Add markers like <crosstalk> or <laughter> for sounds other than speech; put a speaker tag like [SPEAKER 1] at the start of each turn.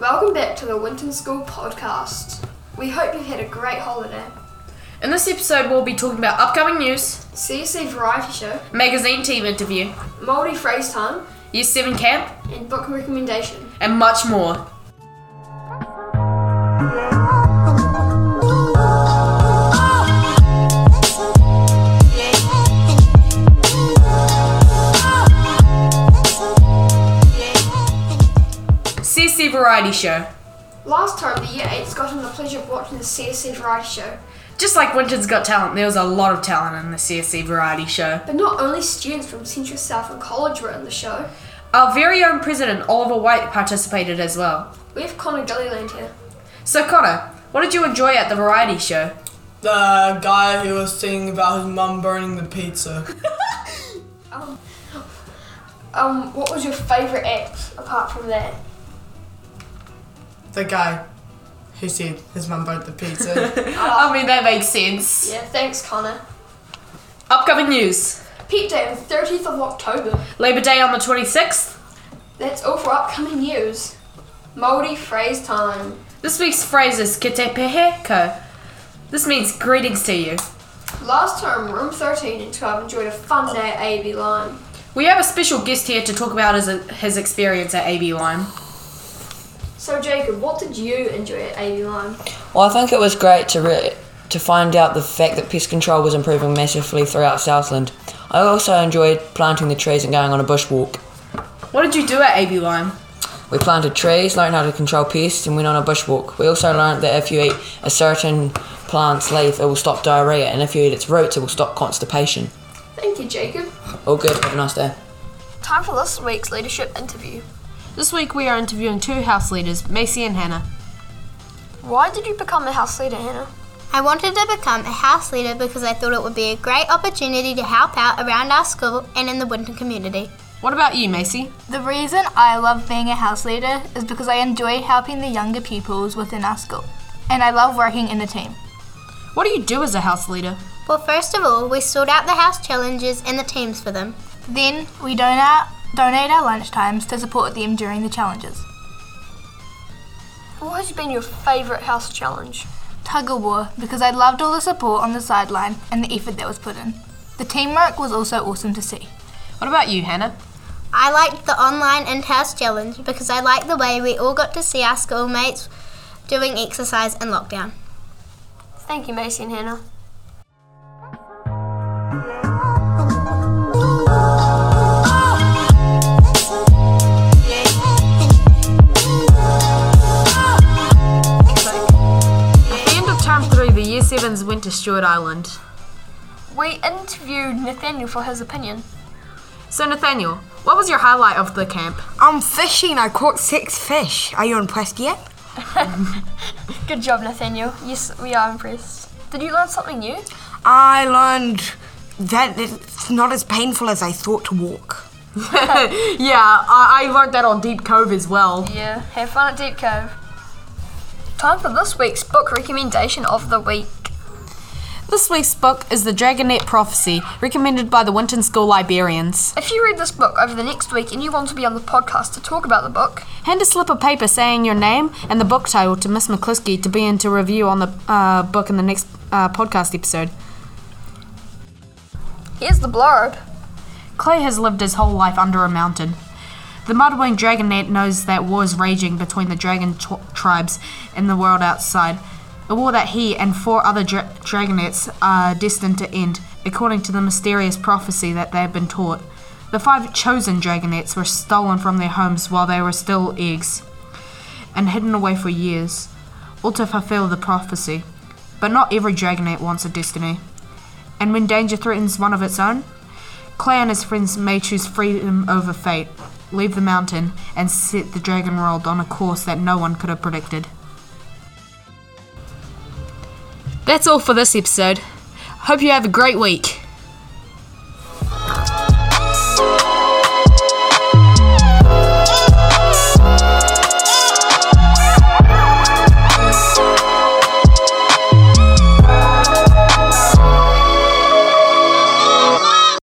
[SPEAKER 1] Welcome back to the Winton School podcast. We hope you've had a great holiday.
[SPEAKER 2] In this episode, we'll be talking about upcoming news,
[SPEAKER 1] CSC Variety Show,
[SPEAKER 2] magazine team interview,
[SPEAKER 1] Mouldy Phrase Time,
[SPEAKER 2] year 7 camp,
[SPEAKER 1] and book recommendation.
[SPEAKER 2] and much more. CC Variety Show.
[SPEAKER 1] Last time, the Year 8's gotten the pleasure of watching the CSC Variety Show,
[SPEAKER 2] Just like Winton's Got Talent, there was a lot of talent in the CSC Variety Show.
[SPEAKER 1] but not only students from Central Southland College were in the show.
[SPEAKER 2] Our very own president, Oliver White, participated as well.
[SPEAKER 1] We have Connor Gilliland here.
[SPEAKER 2] So, Connor, what did you enjoy at the Variety Show?
[SPEAKER 3] The guy who was singing about his mum burning the pizza.
[SPEAKER 1] Um, um, what was your favourite act apart from that?
[SPEAKER 3] The guy who said his mum burnt the pizza.
[SPEAKER 2] I mean, that makes sense.
[SPEAKER 1] Yeah, thanks, Connor.
[SPEAKER 2] Upcoming news
[SPEAKER 1] Peep Day on 30th of October.
[SPEAKER 2] Labor Day on the 26th.
[SPEAKER 1] That's all for upcoming news. Mouldy Phrase Time.
[SPEAKER 2] This week's phrase is Kete Peheko. This means greetings to you.
[SPEAKER 1] Last time, room 13 and 12 enjoyed a fun day at AB Lime.
[SPEAKER 2] We have a special guest here to talk about his, his experience at AB Lime.
[SPEAKER 1] So, Jacob, what did you enjoy at AB Lime?
[SPEAKER 4] Well, I think it was great to re- to find out the fact that pest control was improving massively throughout Southland. I also enjoyed planting the trees and going on a bushwalk.
[SPEAKER 2] What did you do at AB Lime?
[SPEAKER 4] We planted trees, learned how to control pests, and went on a bushwalk. We also learned that if you eat a certain plant's leaf, it will stop diarrhea, and if you eat its roots, it will stop constipation.
[SPEAKER 1] Thank you, Jacob.
[SPEAKER 4] All good. Have a nice day.
[SPEAKER 1] Time for this week's leadership interview.
[SPEAKER 2] This week we are interviewing two house leaders, Macy and Hannah.
[SPEAKER 1] Why did you become a house leader, Hannah?
[SPEAKER 5] I wanted to become a house leader because I thought it would be a great opportunity to help out around our school and in the Winton community.
[SPEAKER 2] What about you, Macy?
[SPEAKER 6] The reason I love being a house leader is because I enjoy helping the younger pupils within our school, and I love working in a team.
[SPEAKER 2] What do you do as a house leader?
[SPEAKER 5] Well, first of all, we sort out the house challenges and the teams for them.
[SPEAKER 6] Then we donate, donate our lunchtimes to support them during the challenges.
[SPEAKER 1] What has been your favourite house challenge?
[SPEAKER 6] Tug of war because I loved all the support on the sideline and the effort that was put in. The teamwork was also awesome to see.
[SPEAKER 2] What about you, Hannah?
[SPEAKER 5] I liked the online and house challenge because I liked the way we all got to see our schoolmates doing exercise in lockdown.
[SPEAKER 1] Thank you, Macy and Hannah.
[SPEAKER 2] At the end of term three, the year sevens went to Stewart Island.
[SPEAKER 1] We interviewed Nathaniel for his opinion.
[SPEAKER 2] So, Nathaniel, what was your highlight of the camp? <laughs>
[SPEAKER 7] I'm fishing. I caught six fish. Are you impressed yet?
[SPEAKER 1] Good job, Nathaniel. Yes, we are impressed. Did you learn something new?
[SPEAKER 7] I learned that it's not as painful as I thought to walk.
[SPEAKER 2] Yeah, I, I learned that on Deep Cove as well.
[SPEAKER 1] Yeah, have fun at Deep Cove. Time for this week's book recommendation of the week.
[SPEAKER 2] This week's book is The Dragonette Prophecy, recommended by the Winton School Librarians.
[SPEAKER 1] If you read this book over the next week and you want to be on the podcast to talk about the book,
[SPEAKER 2] Hand a slip of paper saying your name and the book title to Miss McCluskey to be into review on the uh, book in the next uh, podcast episode.
[SPEAKER 1] here's the blurb.
[SPEAKER 2] Clay has lived his whole life under a mountain. The Mudwing Dragonette knows that war is raging between the dragon t- tribes and the world outside. A war that he and four other dra- dragonettes are destined to end, according to the mysterious prophecy that they have been taught. The five chosen dragonettes were stolen from their homes while they were still eggs and hidden away for years, all to fulfill the prophecy. But not every dragonette wants a destiny. And when danger threatens one of its own, Clay and his friends may choose freedom over fate, leave the mountain, and set the Dragon World on a course that no one could have predicted. That's all for this episode. Hope you have a great week.